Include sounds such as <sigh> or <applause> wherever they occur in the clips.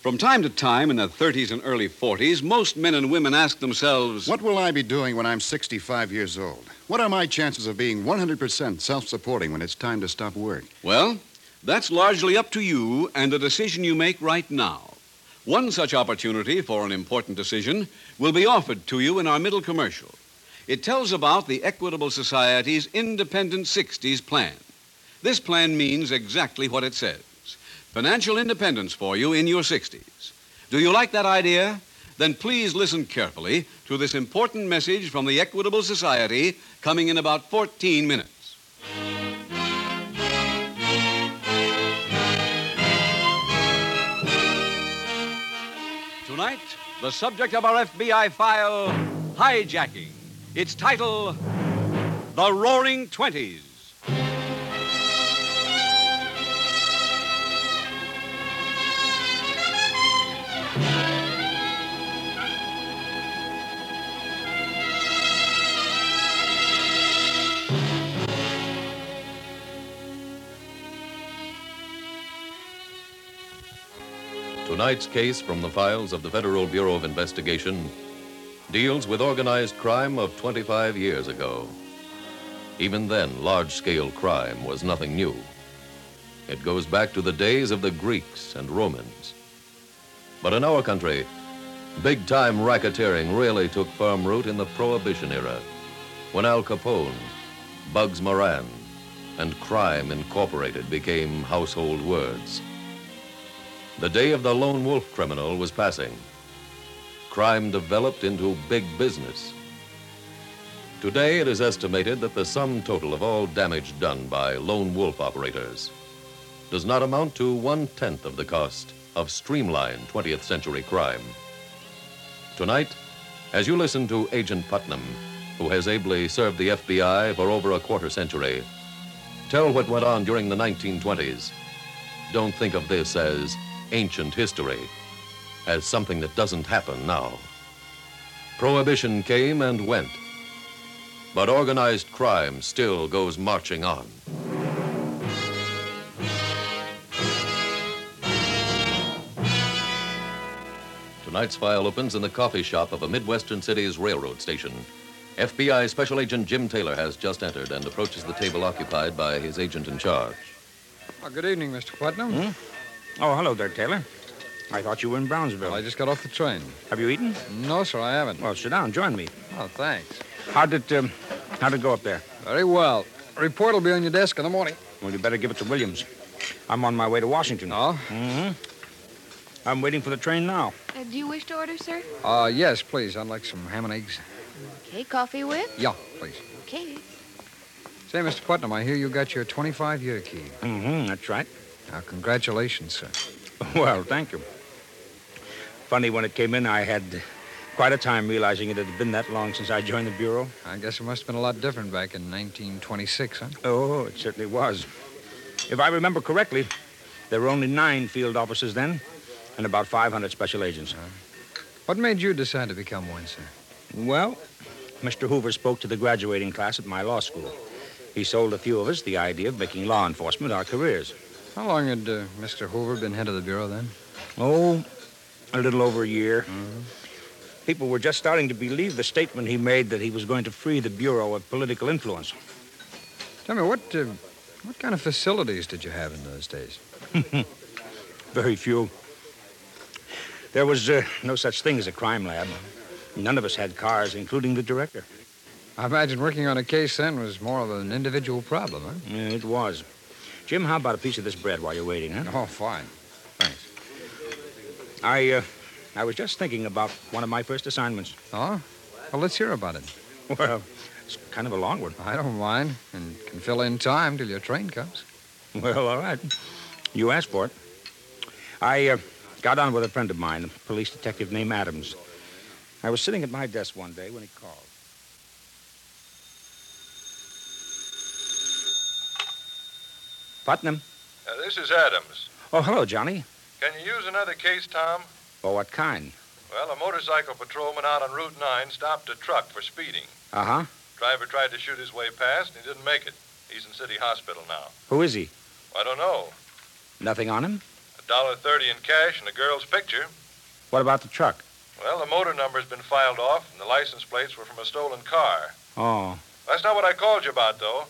From time to time in the 30s and early 40s, most men and women ask themselves, What will I be doing when I'm 65 years old? What are my chances of being 100% self supporting when it's time to stop work? Well, that's largely up to you and the decision you make right now. One such opportunity for an important decision will be offered to you in our middle commercial. It tells about the Equitable Society's Independent 60s plan. This plan means exactly what it says financial independence for you in your 60s. Do you like that idea? Then please listen carefully to this important message from the Equitable Society coming in about 14 minutes. Tonight, the subject of our FBI file, hijacking. Its title, The Roaring Twenties. Tonight's case from the files of the Federal Bureau of Investigation deals with organized crime of 25 years ago. Even then, large scale crime was nothing new. It goes back to the days of the Greeks and Romans. But in our country, big time racketeering really took firm root in the Prohibition era, when Al Capone, Bugs Moran, and Crime Incorporated became household words. The day of the lone wolf criminal was passing. Crime developed into big business. Today, it is estimated that the sum total of all damage done by lone wolf operators does not amount to one tenth of the cost of streamlined 20th century crime. Tonight, as you listen to Agent Putnam, who has ably served the FBI for over a quarter century, tell what went on during the 1920s don't think of this as ancient history, as something that doesn't happen now. Prohibition came and went, but organized crime still goes marching on. Tonight's file opens in the coffee shop of a Midwestern city's railroad station. FBI Special Agent Jim Taylor has just entered and approaches the table occupied by his agent in charge. Oh, good evening, Mr. Putnam. Hmm? Oh, hello there, Taylor. I thought you were in Brownsville. Well, I just got off the train. Have you eaten? No, sir, I haven't. Well, sit down. Join me. Oh, thanks. How did um, how did it go up there? Very well. Report will be on your desk in the morning. Well, you better give it to Williams. I'm on my way to Washington. No? I'm waiting for the train now. Uh, do you wish to order, sir? Uh, yes, please. I'd like some ham and eggs. Okay, coffee with? Yeah, please. Okay. Say, Mr. Putnam, I hear you got your 25 year key. Mm-hmm. That's right. Now, congratulations, sir. <laughs> Well, thank you. Funny, when it came in, I had quite a time realizing it had been that long since I joined the bureau. I guess it must have been a lot different back in 1926, huh? Oh, it certainly was. If I remember correctly, there were only nine field officers then, and about 500 special agents. Uh-huh. What made you decide to become one, sir? Well, Mr. Hoover spoke to the graduating class at my law school. He sold a few of us the idea of making law enforcement our careers. How long had uh, Mr. Hoover been head of the Bureau then? Oh, a little over a year. People were just starting to believe the statement he made that he was going to free the Bureau of political influence. Tell me, what, uh, what kind of facilities did you have in those days? Very few. There was uh, no such thing as a crime lab. None of us had cars, including the director. I imagine working on a case then was more of an individual problem, huh? Yeah, It was. Jim, how about a piece of this bread while you're waiting, huh? Oh, fine. Thanks. I, uh, I was just thinking about one of my first assignments. <laughs> Oh? Well, let's hear about it. Well, It's kind of a long one. I don't mind, and can fill in time till your train comes. Well, all right. You asked for it. I uh, got on with a friend of mine, a police detective named Adams. I was sitting at my desk one day when he called. Putnam. Uh, this is Adams. Oh, hello, Johnny. Can you use another case, Tom? Oh, what kind? Well, a motorcycle patrolman out on Route 9 stopped a truck for speeding. Uh huh. Driver tried to shoot his way past, and he didn't make it. He's in City Hospital now. Who is he? I don't know. Nothing on him? A dollar thirty in cash and a girl's picture. What about the truck? Well, the motor number's been filed off, and the license plates were from a stolen car. Oh, That's not what I called you about, though.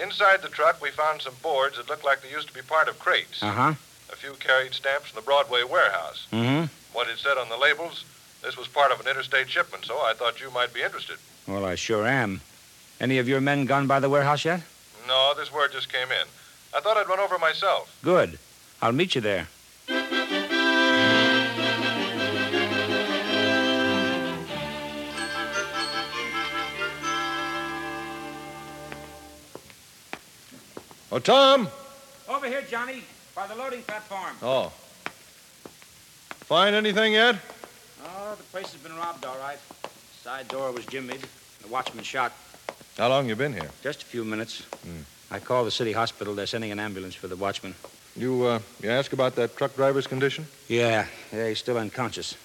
Inside the truck, we found some boards that looked like they used to be part of crates. uh huh. A few carried stamps from the Broadway warehouse. Mm What it said on the labels, this was part of an interstate shipment, so I thought you might be interested. hmm. Well, I sure am. Any of your men gone by the warehouse yet? No, this word just came in. I thought I'd run over myself. Good. I'll meet you there. Oh, Tom! Over here, Johnny, by the loading platform. Oh. Find anything yet? Oh, the place has been robbed, all right. Side door was jimmied. The watchman shot. How long you been here? Just a few minutes. I called the city hospital. They're sending an ambulance for the watchman. You, uh, you ask about that truck driver's condition? Yeah, yeah, he's still unconscious.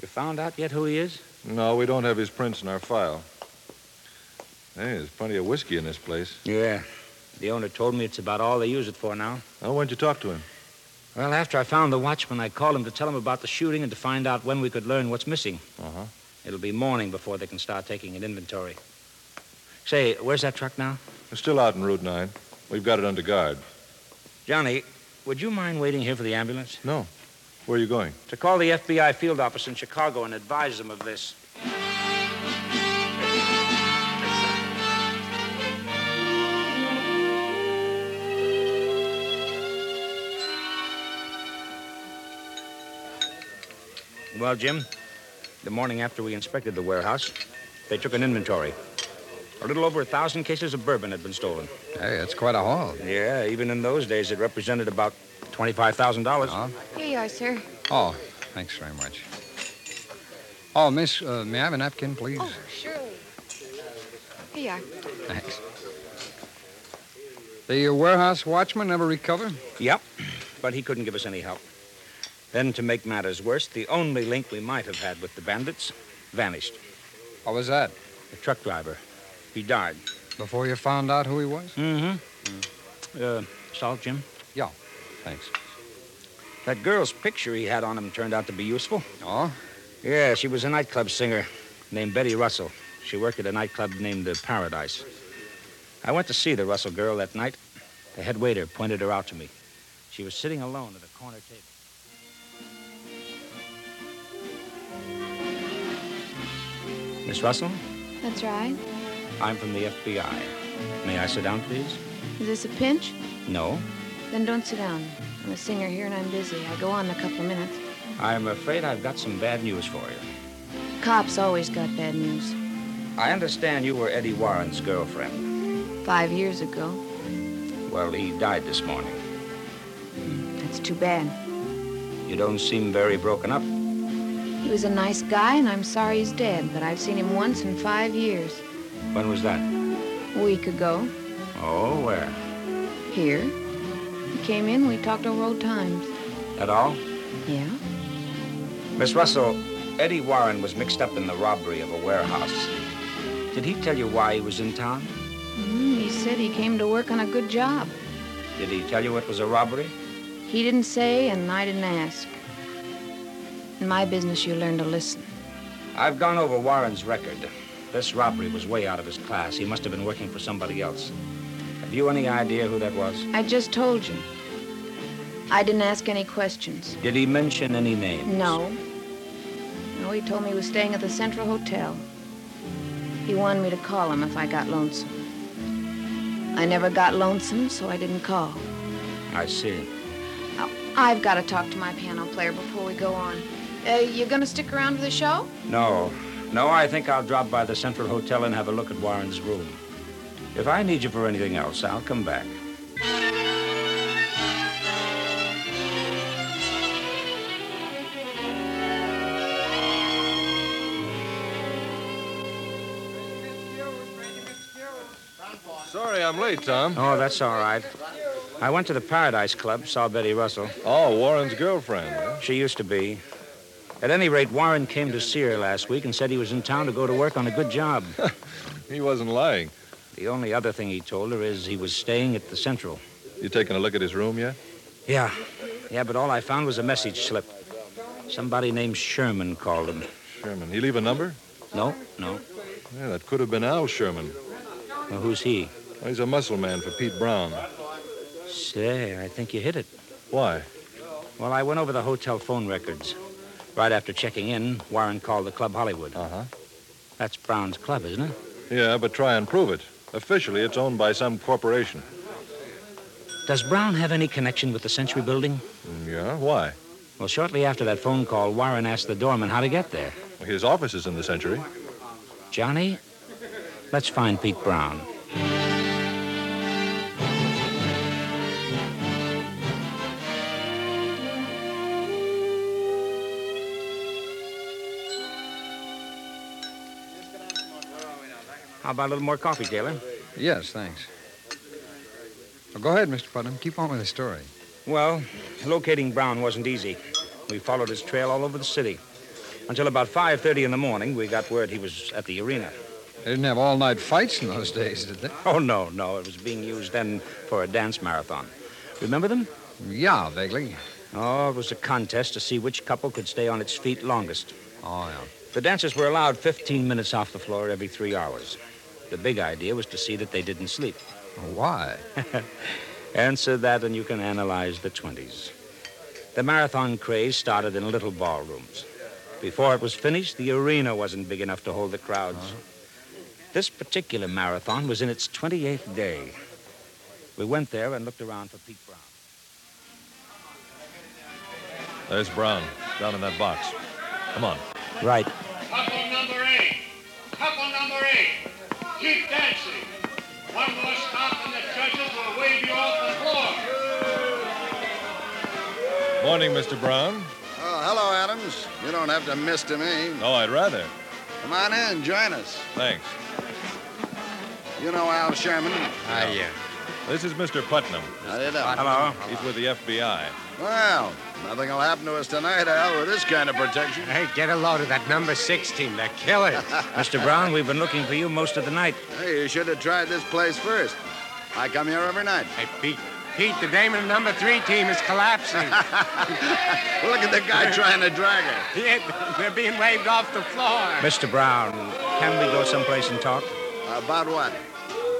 You found out yet who he is? No, we don't have his prints in our file. Hey, there's plenty of whiskey in this place. Yeah. The owner told me it's about all they use it for now. Now, when'd you talk to him? Well, after I found the watchman, I called him to tell him about the shooting and to find out when we could learn what's missing. Uh-huh. It'll be morning before they can start taking an inventory. Say, where's that truck now? It's still out in Route 9. We've got it under guard. Johnny, would you mind waiting here for the ambulance? Where are you going? To call the FBI field office in Chicago and advise them of this. Well, Jim, the morning after we inspected the warehouse, they took an inventory. A little over a thousand cases of bourbon had been stolen. Hey, that's quite a haul. Yeah, even in those days, it represented about $25,000. Huh? Here you are, sir. Oh, thanks very much. Oh, miss, uh, may I have a napkin, please? Oh, surely. Here you are. Thanks. The uh, warehouse watchman never recovered? Yep, but he couldn't give us any help. Then, to make matters worse, the only link we might have had with the bandits vanished. What was that? The truck driver. He died. Before you found out who he was? Mm-hmm. Uh, salt, Jim? Thanks. That girl's picture he had on him turned out to be useful. Oh? Yeah, she was a nightclub singer named Betty Russell. She worked at a nightclub named the Paradise. I went to see the Russell girl that night. The head waiter pointed her out to me. She was sitting alone at a corner table. Miss Russell, That's right. I'm from the FBI. May I sit down, please? Is this a pinch? No. Then don't sit down. I'm a singer here and I'm busy. I go on in a couple of minutes. I'm afraid I've got some bad news for you. Cops always got bad news. I understand you were Eddie Warren's girlfriend. Five years ago. Well, he died this morning. That's too bad. You don't seem very broken up. He was a nice guy and I'm sorry he's dead, but I've seen him once in five years. When was that? A week ago, Oh, where? here. He came in, we talked over old times. At all? Yeah? Miss Russell, Eddie Warren was mixed up in the robbery of a warehouse. Did he tell you why he was in town? Mm, he said he came to work on a good job. Did he tell you it was a robbery? He didn't say, and I didn't ask. In my business, you learn to listen. I've gone over Warren's record. This robbery was way out of his class. He must have been working for somebody else. Have you any idea who that was? I just told you. I didn't ask any questions. Did he mention any names? No. No, he told me he was staying at the Central Hotel. He wanted me to call him if I got lonesome. I never got lonesome, so I didn't call. I see. Now, I've got to talk to my piano player before we go on. Uh, you gonna stick around for the show? No. No, I think I'll drop by the Central Hotel and have a look at Warren's room. If I need you for anything else, I'll come back. Sorry I'm late, Tom. Oh, that's all right. I went to the Paradise Club, saw Betty Russell. Oh, Warren's girlfriend. huh? She used to be. At any rate, Warren came to see her last week and said he was in town to go to work on a good job. He wasn't lying. The only other thing he told her is he was staying at the Central. You taking a look at his room yet? Yeah. Yeah, but all I found was a message slip. Somebody named Sherman called him. Sherman. He leave a number? No, no. Yeah, that could have been Al Sherman. Well, who's he? Well, He's a muscle man for Pete Brown. Say, I think you hit it. Why? Well, I went over the hotel phone records. Right after checking in, Warren called the Club Hollywood. Uh-huh. That's Brown's club, isn't it? Yeah, but try and prove it. Officially, it's owned by some corporation. Does Brown have any connection with the Century Building? Yeah, why? Well, shortly after that phone call, Warren asked the doorman how to get there. His office is in the Century. Johnny, let's find Pete Brown. How about a little more coffee, Taylor? Yes, thanks. Well, go ahead, Mr. Putnam. Keep on with the story. Well, locating Brown wasn't easy. We followed his trail all over the city. Until about 5.30 in the morning, we got word he was at the arena. They didn't have all night fights in those days, did they? <laughs> Oh, no, no. It was being used then for a dance marathon. Remember them? Yeah, vaguely. Oh, it was a contest to see which couple could stay on its feet longest. Oh, yeah. The dancers were allowed 15 minutes off the floor every three hours. The big idea was to see that they didn't sleep. Why? <laughs> Answer that, and you can analyze the 20s. The marathon craze started in little ballrooms. Before it was finished, the arena wasn't big enough to hold the crowds. This particular marathon was in its 28th day. We went there and looked around for Pete Brown. There's Brown, down in that box. Come on. Right. Couple number eight. Couple number eight. Keep dancing. One more stop and the judges will wave you off the floor. Morning, Mr. Brown. Oh, hello, Adams. You don't have to miss to me. Oh, I'd rather. Come on in, join us. Thanks. You know Al Sherman. Ah, yeah. This is Mr. Putnam. How do you do? Hello. He's with the FBI. Well, nothing will happen to us tonight, Al, with this kind of protection. Hey, get a load of that number 16, the <laughs> killer. Mr. Brown, we've been looking for you most of the night. Hey, you should have tried this place first. I come here every night. hey, Pete. Pete, the name of the number three team is <laughs> collapsing. <laughs> Look at the <laughs> guy trying to drag her. Yeah, They're being waved off the floor. Mr. Brown, can we go someplace and talk? About what?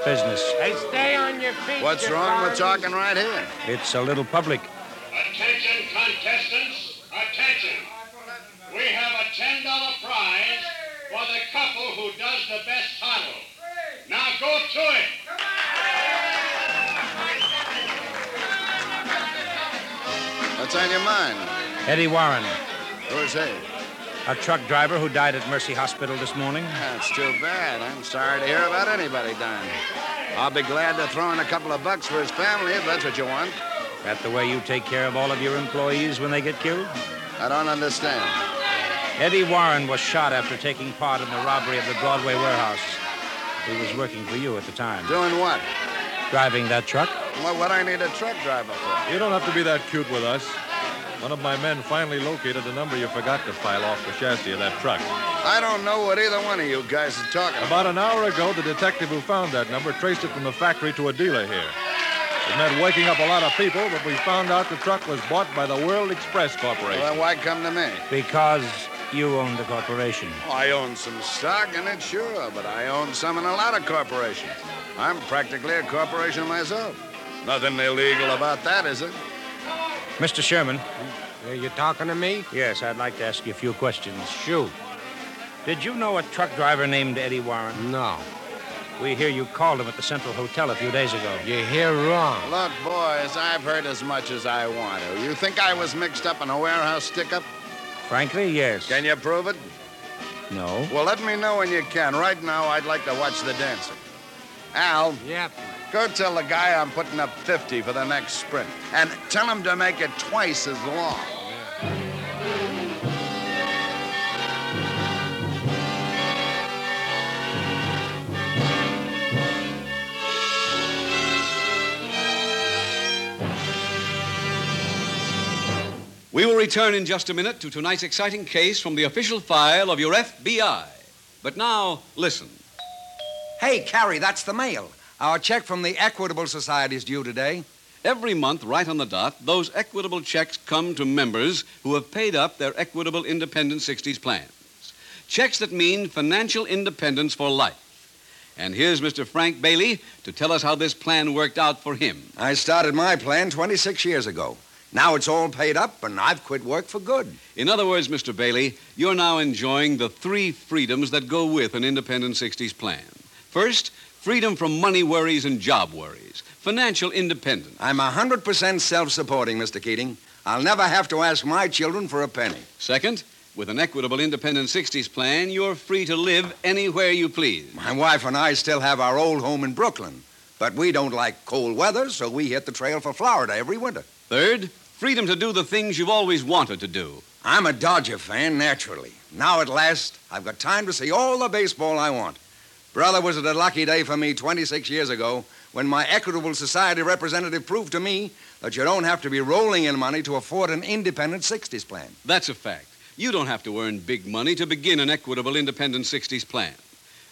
Business. Hey, stay on your feet. What's you wrong with barn- talking right here? It's a little public. Attention, contestants. Attention. We have a $10 prize for the couple who does the best toddle. Now go to it. What's on your mind? Eddie Warren, Who's he? a truck driver who died at Mercy Hospital this morning. That's too bad. I'm sorry to hear about anybody dying. I'll be glad to throw in a couple of bucks for his family if that's what you want. That the way you take care of all of your employees when they get killed? I don't understand. Eddie Warren was shot after taking part in the robbery of the Broadway warehouse. He was working for you at the time. Doing what? Driving that truck? What would I need a truck driver for? You don't have to be that cute with us. One of my men finally located the number you forgot to file off the chassis of that truck. I don't know what either one of you guys is talking about. About an hour ago, the detective who found that number traced it from the factory to a dealer here. It meant waking up a lot of people, but we found out the truck was bought by the World Express Corporation. Well, then why come to me? Because you own the corporation. I own some stock in it, sure, but I own some in a lot of corporations. I'm practically a corporation myself. Nothing illegal about that, is it? Mr. Sherman. Are you talking to me? Yes, I'd like to ask you a few questions. Shoot. Did you know a truck driver named Eddie Warren? No. We hear you called him at the Central Hotel a few days ago. You're here wrong. Look, boys, I've heard as much as I want to. You think I was mixed up in a warehouse stick-up? Frankly, yes. Can you prove it? No. Well, let me know when you can. Right now, I'd like to watch the dancing. Al, Yep. go tell the guy I'm putting up 50 for the next sprint. And tell him to make it twice as long. We will return in just a minute to tonight's exciting case from the official file of your FBI. But now, listen. Hey, Carrie, that's the mail. Our check from the Equitable Society is due today. Every month, right on the dot, those equitable checks come to members who have paid up their Equitable Independent 60s plans. Checks that mean financial independence for life. And here's Mr. Frank Bailey to tell us how this plan worked out for him. I started my plan 26 years ago. Now it's all paid up, and I've quit work for good. In other words, Mr. Bailey, you're now enjoying the three freedoms that go with an independent 60s plan. First, freedom from money worries and job worries, financial independence. I'm 100% self supporting, Mr. Keating. I'll never have to ask my children for a penny. Second, with an equitable independent 60s plan, you're free to live anywhere you please. My wife and I still have our old home in Brooklyn, but we don't like cold weather, so we hit the trail for Florida every winter. Third, freedom to do the things you've always wanted to do. I'm a Dodger fan, naturally. Now, at last, I've got time to see all the baseball I want. Brother, was it a lucky day for me 26 years ago when my Equitable Society representative proved to me that you don't have to be rolling in money to afford an independent 60s plan. That's a fact. You don't have to earn big money to begin an equitable independent 60s plan.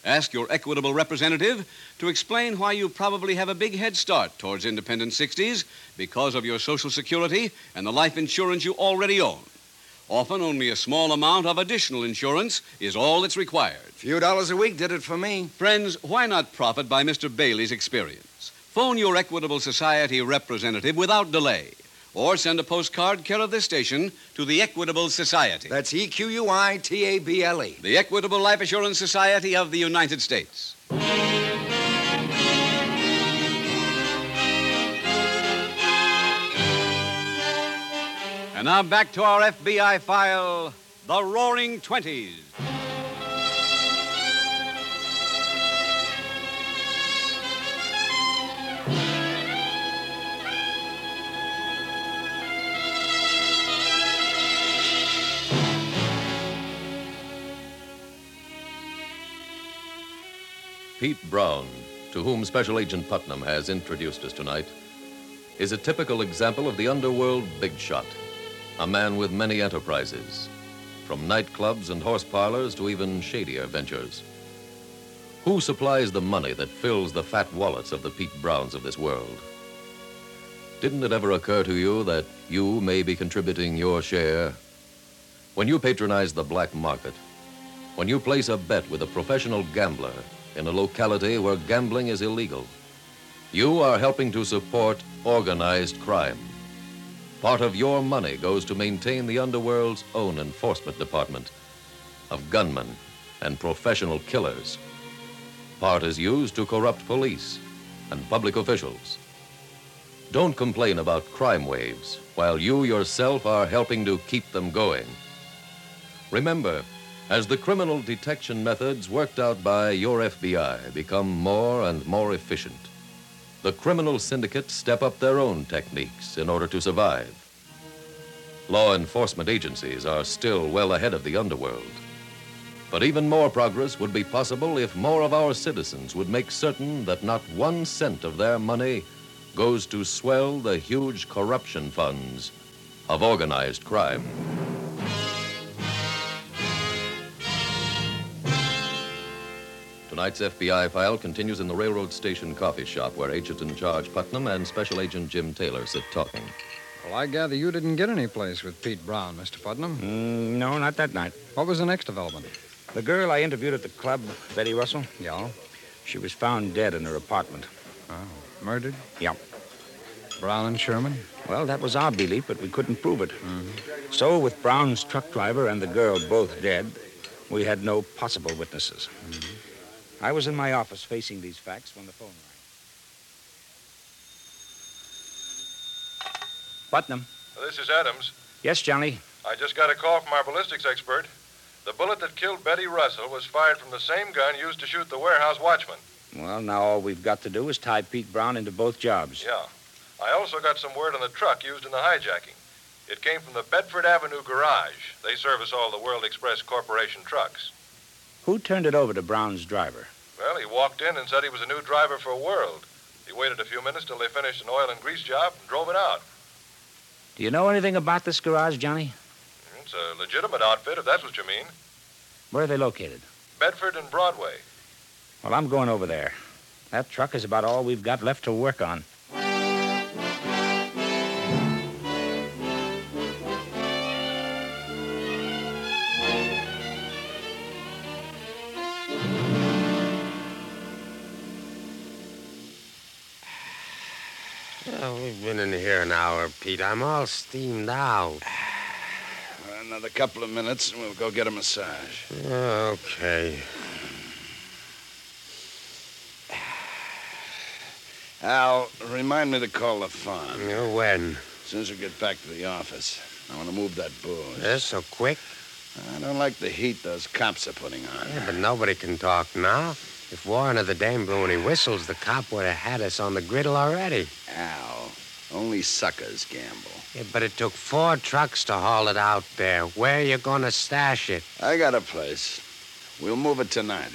Ask your equitable representative to explain why you probably have a big head start towards independent 60s because of your Social Security and the life insurance you already own. Often, only a small amount of additional insurance is all that's required. A few dollars a week did it for me. Friends, why not profit by Mr. Bailey's experience? Phone your Equitable Society representative without delay or send a postcard care of this station to the Equitable Society, That's E Q U I T A B L E. the Equitable Life Assurance Society of the United States. And now back to our FBI file The Roaring Twenties. Pete Brown, to whom Special Agent Putnam has introduced us tonight, is a typical example of the underworld big shot, a man with many enterprises, from nightclubs and horse parlors to even shadier ventures. Who supplies the money that fills the fat wallets of the Pete Browns of this world? Didn't it ever occur to you that you may be contributing your share? When you patronize the black market, when you place a bet with a professional gambler in a locality where gambling is illegal, you are helping to support organized crime. Part of your money goes to maintain the underworld's own enforcement department of gunmen and professional killers. Part is used to corrupt police and public officials. Don't complain about crime waves while you yourself are helping to keep them going. Remember, as the criminal detection methods worked out by your FBI become more and more efficient, the criminal syndicates step up their own techniques in order to survive. Law enforcement agencies are still well ahead of the underworld. But even more progress would be possible if more of our citizens would make certain that not one cent of their money goes to swell the huge corruption funds of organized crime. Tonight's FBI file continues in the railroad station coffee shop where Agent in Charge Putnam and Special Agent Jim Taylor sit talking. Well, I gather you didn't get any place with Pete Brown, Mr. Putnam. Mm, no, not that night. What was the next development? The girl I interviewed at the club, Betty Russell, Yeah, she was found dead in her apartment. murdered. Yeah. Brown and Sherman. Well, that was our belief, but we couldn't prove it. So, with Brown's truck driver and the girl both dead, we had no possible witnesses. I was in my office facing these facts when the phone rang. Putnam. This is Adams. Yes, Johnny. I just got a call from our ballistics expert. The bullet that killed Betty Russell was fired from the same gun used to shoot the warehouse watchman. Well, now all we've got to do is tie Pete Brown into both jobs. Yeah. I also got some word on the truck used in the hijacking. It came from the Bedford Avenue garage. They service all the World Express Corporation trucks. Who turned it over to Brown's driver? Well, he walked in and said he was a new driver for World. He waited a few minutes till they finished an oil and grease job and drove it out. Do you know anything about this garage, Johnny? It's a legitimate outfit, if that's what you mean. Where are they located? Bedford and Broadway. Well, I'm going over there. That truck is about all we've got left to work on. Well, we've been in here an hour, Pete. I'm all steamed out. Another couple of minutes, and we'll go get a massage. Okay. Al, remind me to call the farm. Well, when? As soon as we get back to the office. I want to move that booze. This so quick? I don't like the heat those cops are putting on. Yeah, but nobody can talk now. If Warren or the dame blew any whistles, the cop would have had us on the griddle already. Al, only suckers gamble. Yeah, but it took four trucks to haul it out there. Where you going to stash it? I got a place. We'll move it tonight.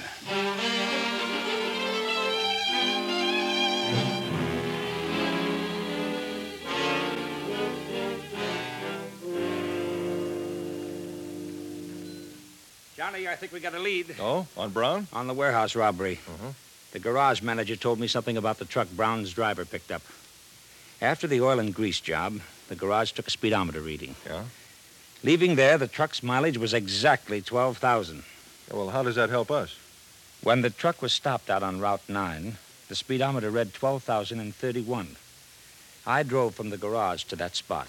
Johnny, I think we got a lead. Oh, on Brown? On the warehouse robbery. Mm-hmm. The garage manager told me something about the truck Brown's driver picked up. After the oil and grease job, the garage took a speedometer reading. Yeah? Leaving there, the truck's mileage was exactly 12,000. Yeah, Well, how does that help us? When the truck was stopped out on Route 9, the speedometer read 12,031. I drove from the garage to that spot.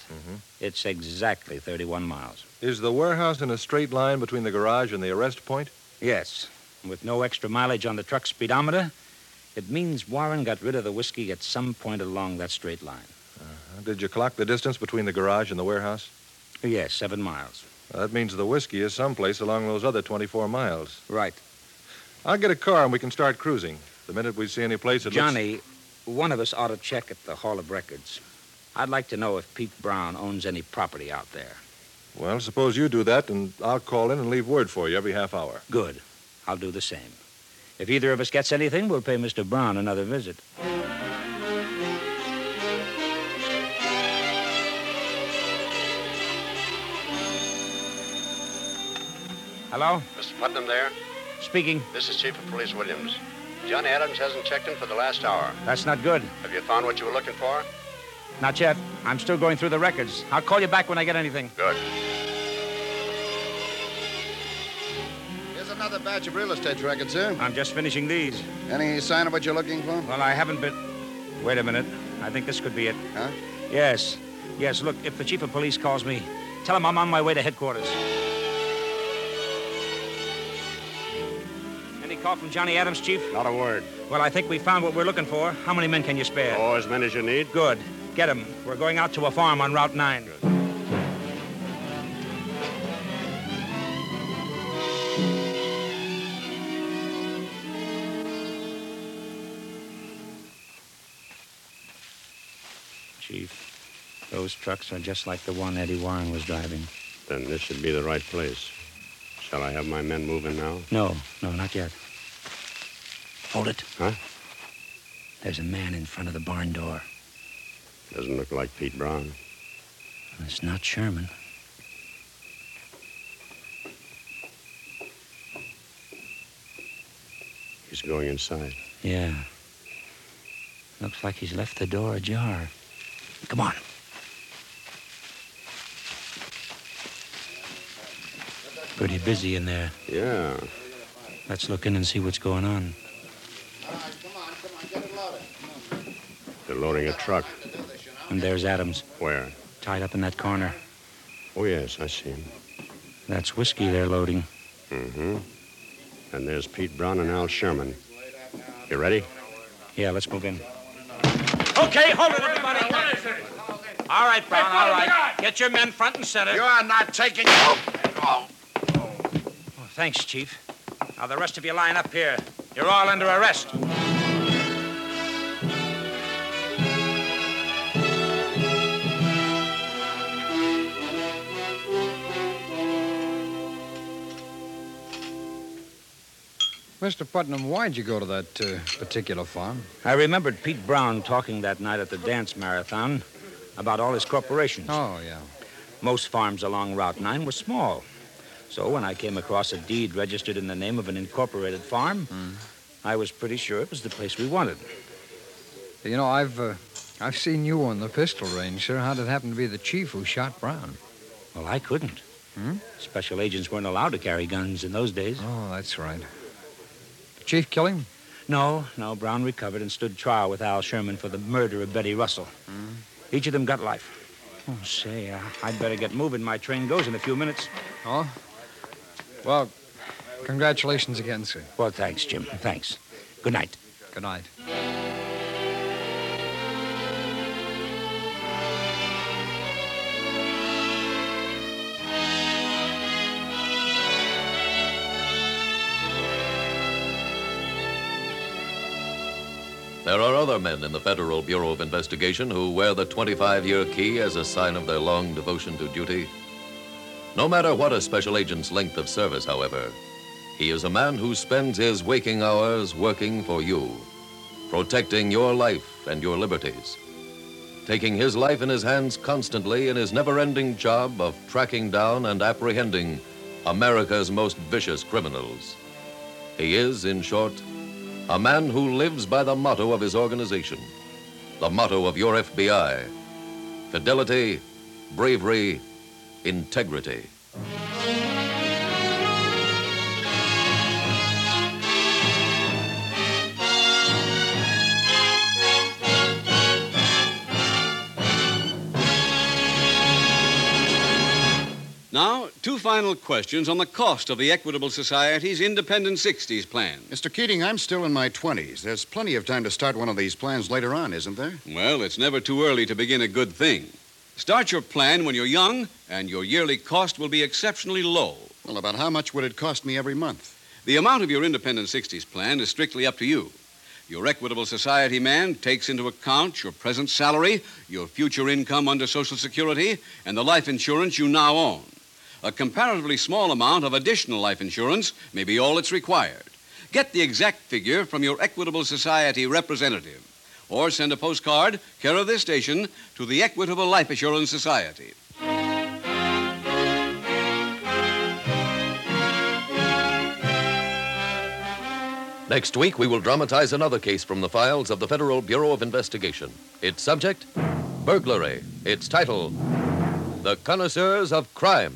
It's exactly 31 miles. Is the warehouse in a straight line between the garage and the arrest point? Yes. With no extra mileage on the truck speedometer, it means Warren got rid of the whiskey at some point along that straight line. Uh, Did you clock the distance between the garage and the warehouse? Yes, seven miles. Uh, that means the whiskey is someplace along those other 24 miles. Right. I'll get a car and we can start cruising. The minute we see any place that looks- Johnny, one of us ought to check at the Hall of Records. I'd like to know if Pete Brown owns any property out there. Well, suppose you do that, and I'll call in and leave word for you every half hour. Good. I'll do the same. If either of us gets anything, we'll pay Mr. Brown another visit. Hello? Mr. Putnam there? Speaking. This is Chief of Police Williams. John Adams hasn't checked in for the last hour. That's not good. Have you found what you were looking for? Not yet. I'm still going through the records. I'll call you back when I get anything. Good. Here's another batch of real estate records, sir. I'm just finishing these. Any sign of what you're looking for? Well, I haven't been. Wait a minute. I think this could be it. Huh? Yes. Yes, look, if the chief of police calls me, tell him I'm on my way to headquarters. Any call from Johnny Adams, Chief? Not a word. Well, I think we found what we're looking for. How many men can you spare? Oh, as many as you need. Good. Get 'em. We're going out to a farm on Route 9. Chief, those trucks are just like the one Eddie Warren was driving. Then this should be the right place. Shall I have my men moving now? No, no, not yet. Hold it. Huh? There's a man in front of the barn door. Doesn't look like Pete Brown. It's not Sherman. He's going inside. Yeah. Looks like he's left the door ajar. Come on. Pretty busy in there. Yeah. Let's look in and see what's going on. They're loading a truck. And there's Adams, Where? tied up in that corner. Oh, yes, I see him. That's whiskey they're loading. Mm-hmm. And there's Pete Brown and Al Sherman. You ready? Yeah, let's move in. Okay, hold it, everybody. All right, Brown, all right. Get your men front and center. You're not taking. Oh, Thanks, Chief. Now, the rest of you line up here. You're all under arrest. Mr. Putnam, why'd you go to that uh, particular farm? I remembered Pete Brown talking that night at the dance marathon about all his corporations. Oh, yeah. Most farms along Route 9 were small. So when I came across a deed registered in the name of an incorporated farm, Hmm. I was pretty sure it was the place we wanted. You know, I've uh, I've seen you on the pistol range, sir. How'd it happen to be the chief who shot Brown? Well, I couldn't. Special agents weren't allowed to carry guns in those days. Oh, that's right. The chief kill him? No, no. Brown recovered and stood trial with Al Sherman for the murder of Betty Russell. Each of them got life. Oh, say, uh, I'd better get moving. My train goes in a few minutes. Oh? Well, congratulations again, sir. Well, thanks, Jim. Thanks. Good night. Good night. There are other men in the Federal Bureau of Investigation who wear the 25 year key as a sign of their long devotion to duty. No matter what a special agent's length of service, however, he is a man who spends his waking hours working for you, protecting your life and your liberties, taking his life in his hands constantly in his never ending job of tracking down and apprehending America's most vicious criminals. He is, in short, a man who lives by the motto of his organization, the motto of your FBI fidelity, bravery, integrity. Now, two final questions on the cost of the Equitable Society's Independent 60s plan. Mr. Keating, I'm still in my 20s. There's plenty of time to start one of these plans later on, isn't there? Well, it's never too early to begin a good thing. Start your plan when you're young, and your yearly cost will be exceptionally low. Well, about how much would it cost me every month? The amount of your Independent 60s plan is strictly up to you. Your Equitable Society man takes into account your present salary, your future income under Social Security, and the life insurance you now own. A comparatively small amount of additional life insurance may be all that's required. Get the exact figure from your Equitable Society representative or send a postcard, care of this station, to the Equitable Life Assurance Society. Next week, we will dramatize another case from the files of the Federal Bureau of Investigation. Its subject, burglary. Its title, The Connoisseurs of Crime.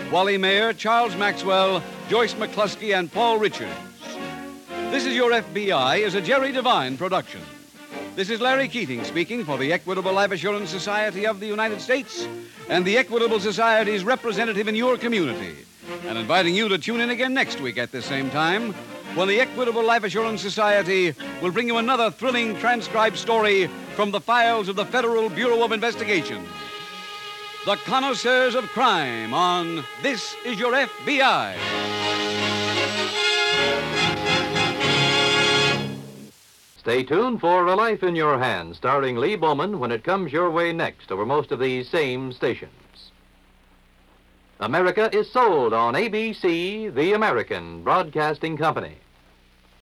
Wally Mayer, Charles Maxwell, Joyce McCluskey, and Paul Richards. This is Your FBI is a Jerry Devine production. This is Larry Keating speaking for the Equitable Life Assurance Society of the United States and the Equitable Society's representative in your community, and inviting you to tune in again next week at this same time when the Equitable Life Assurance Society will bring you another thrilling transcribed story from the files of the Federal Bureau of Investigation. The Connoisseurs of Crime on This Is Your FBI. Stay tuned for A Life in Your Hands, starring Lee Bowman, when it comes your way next over most of these same stations. America is sold on ABC, the American Broadcasting Company.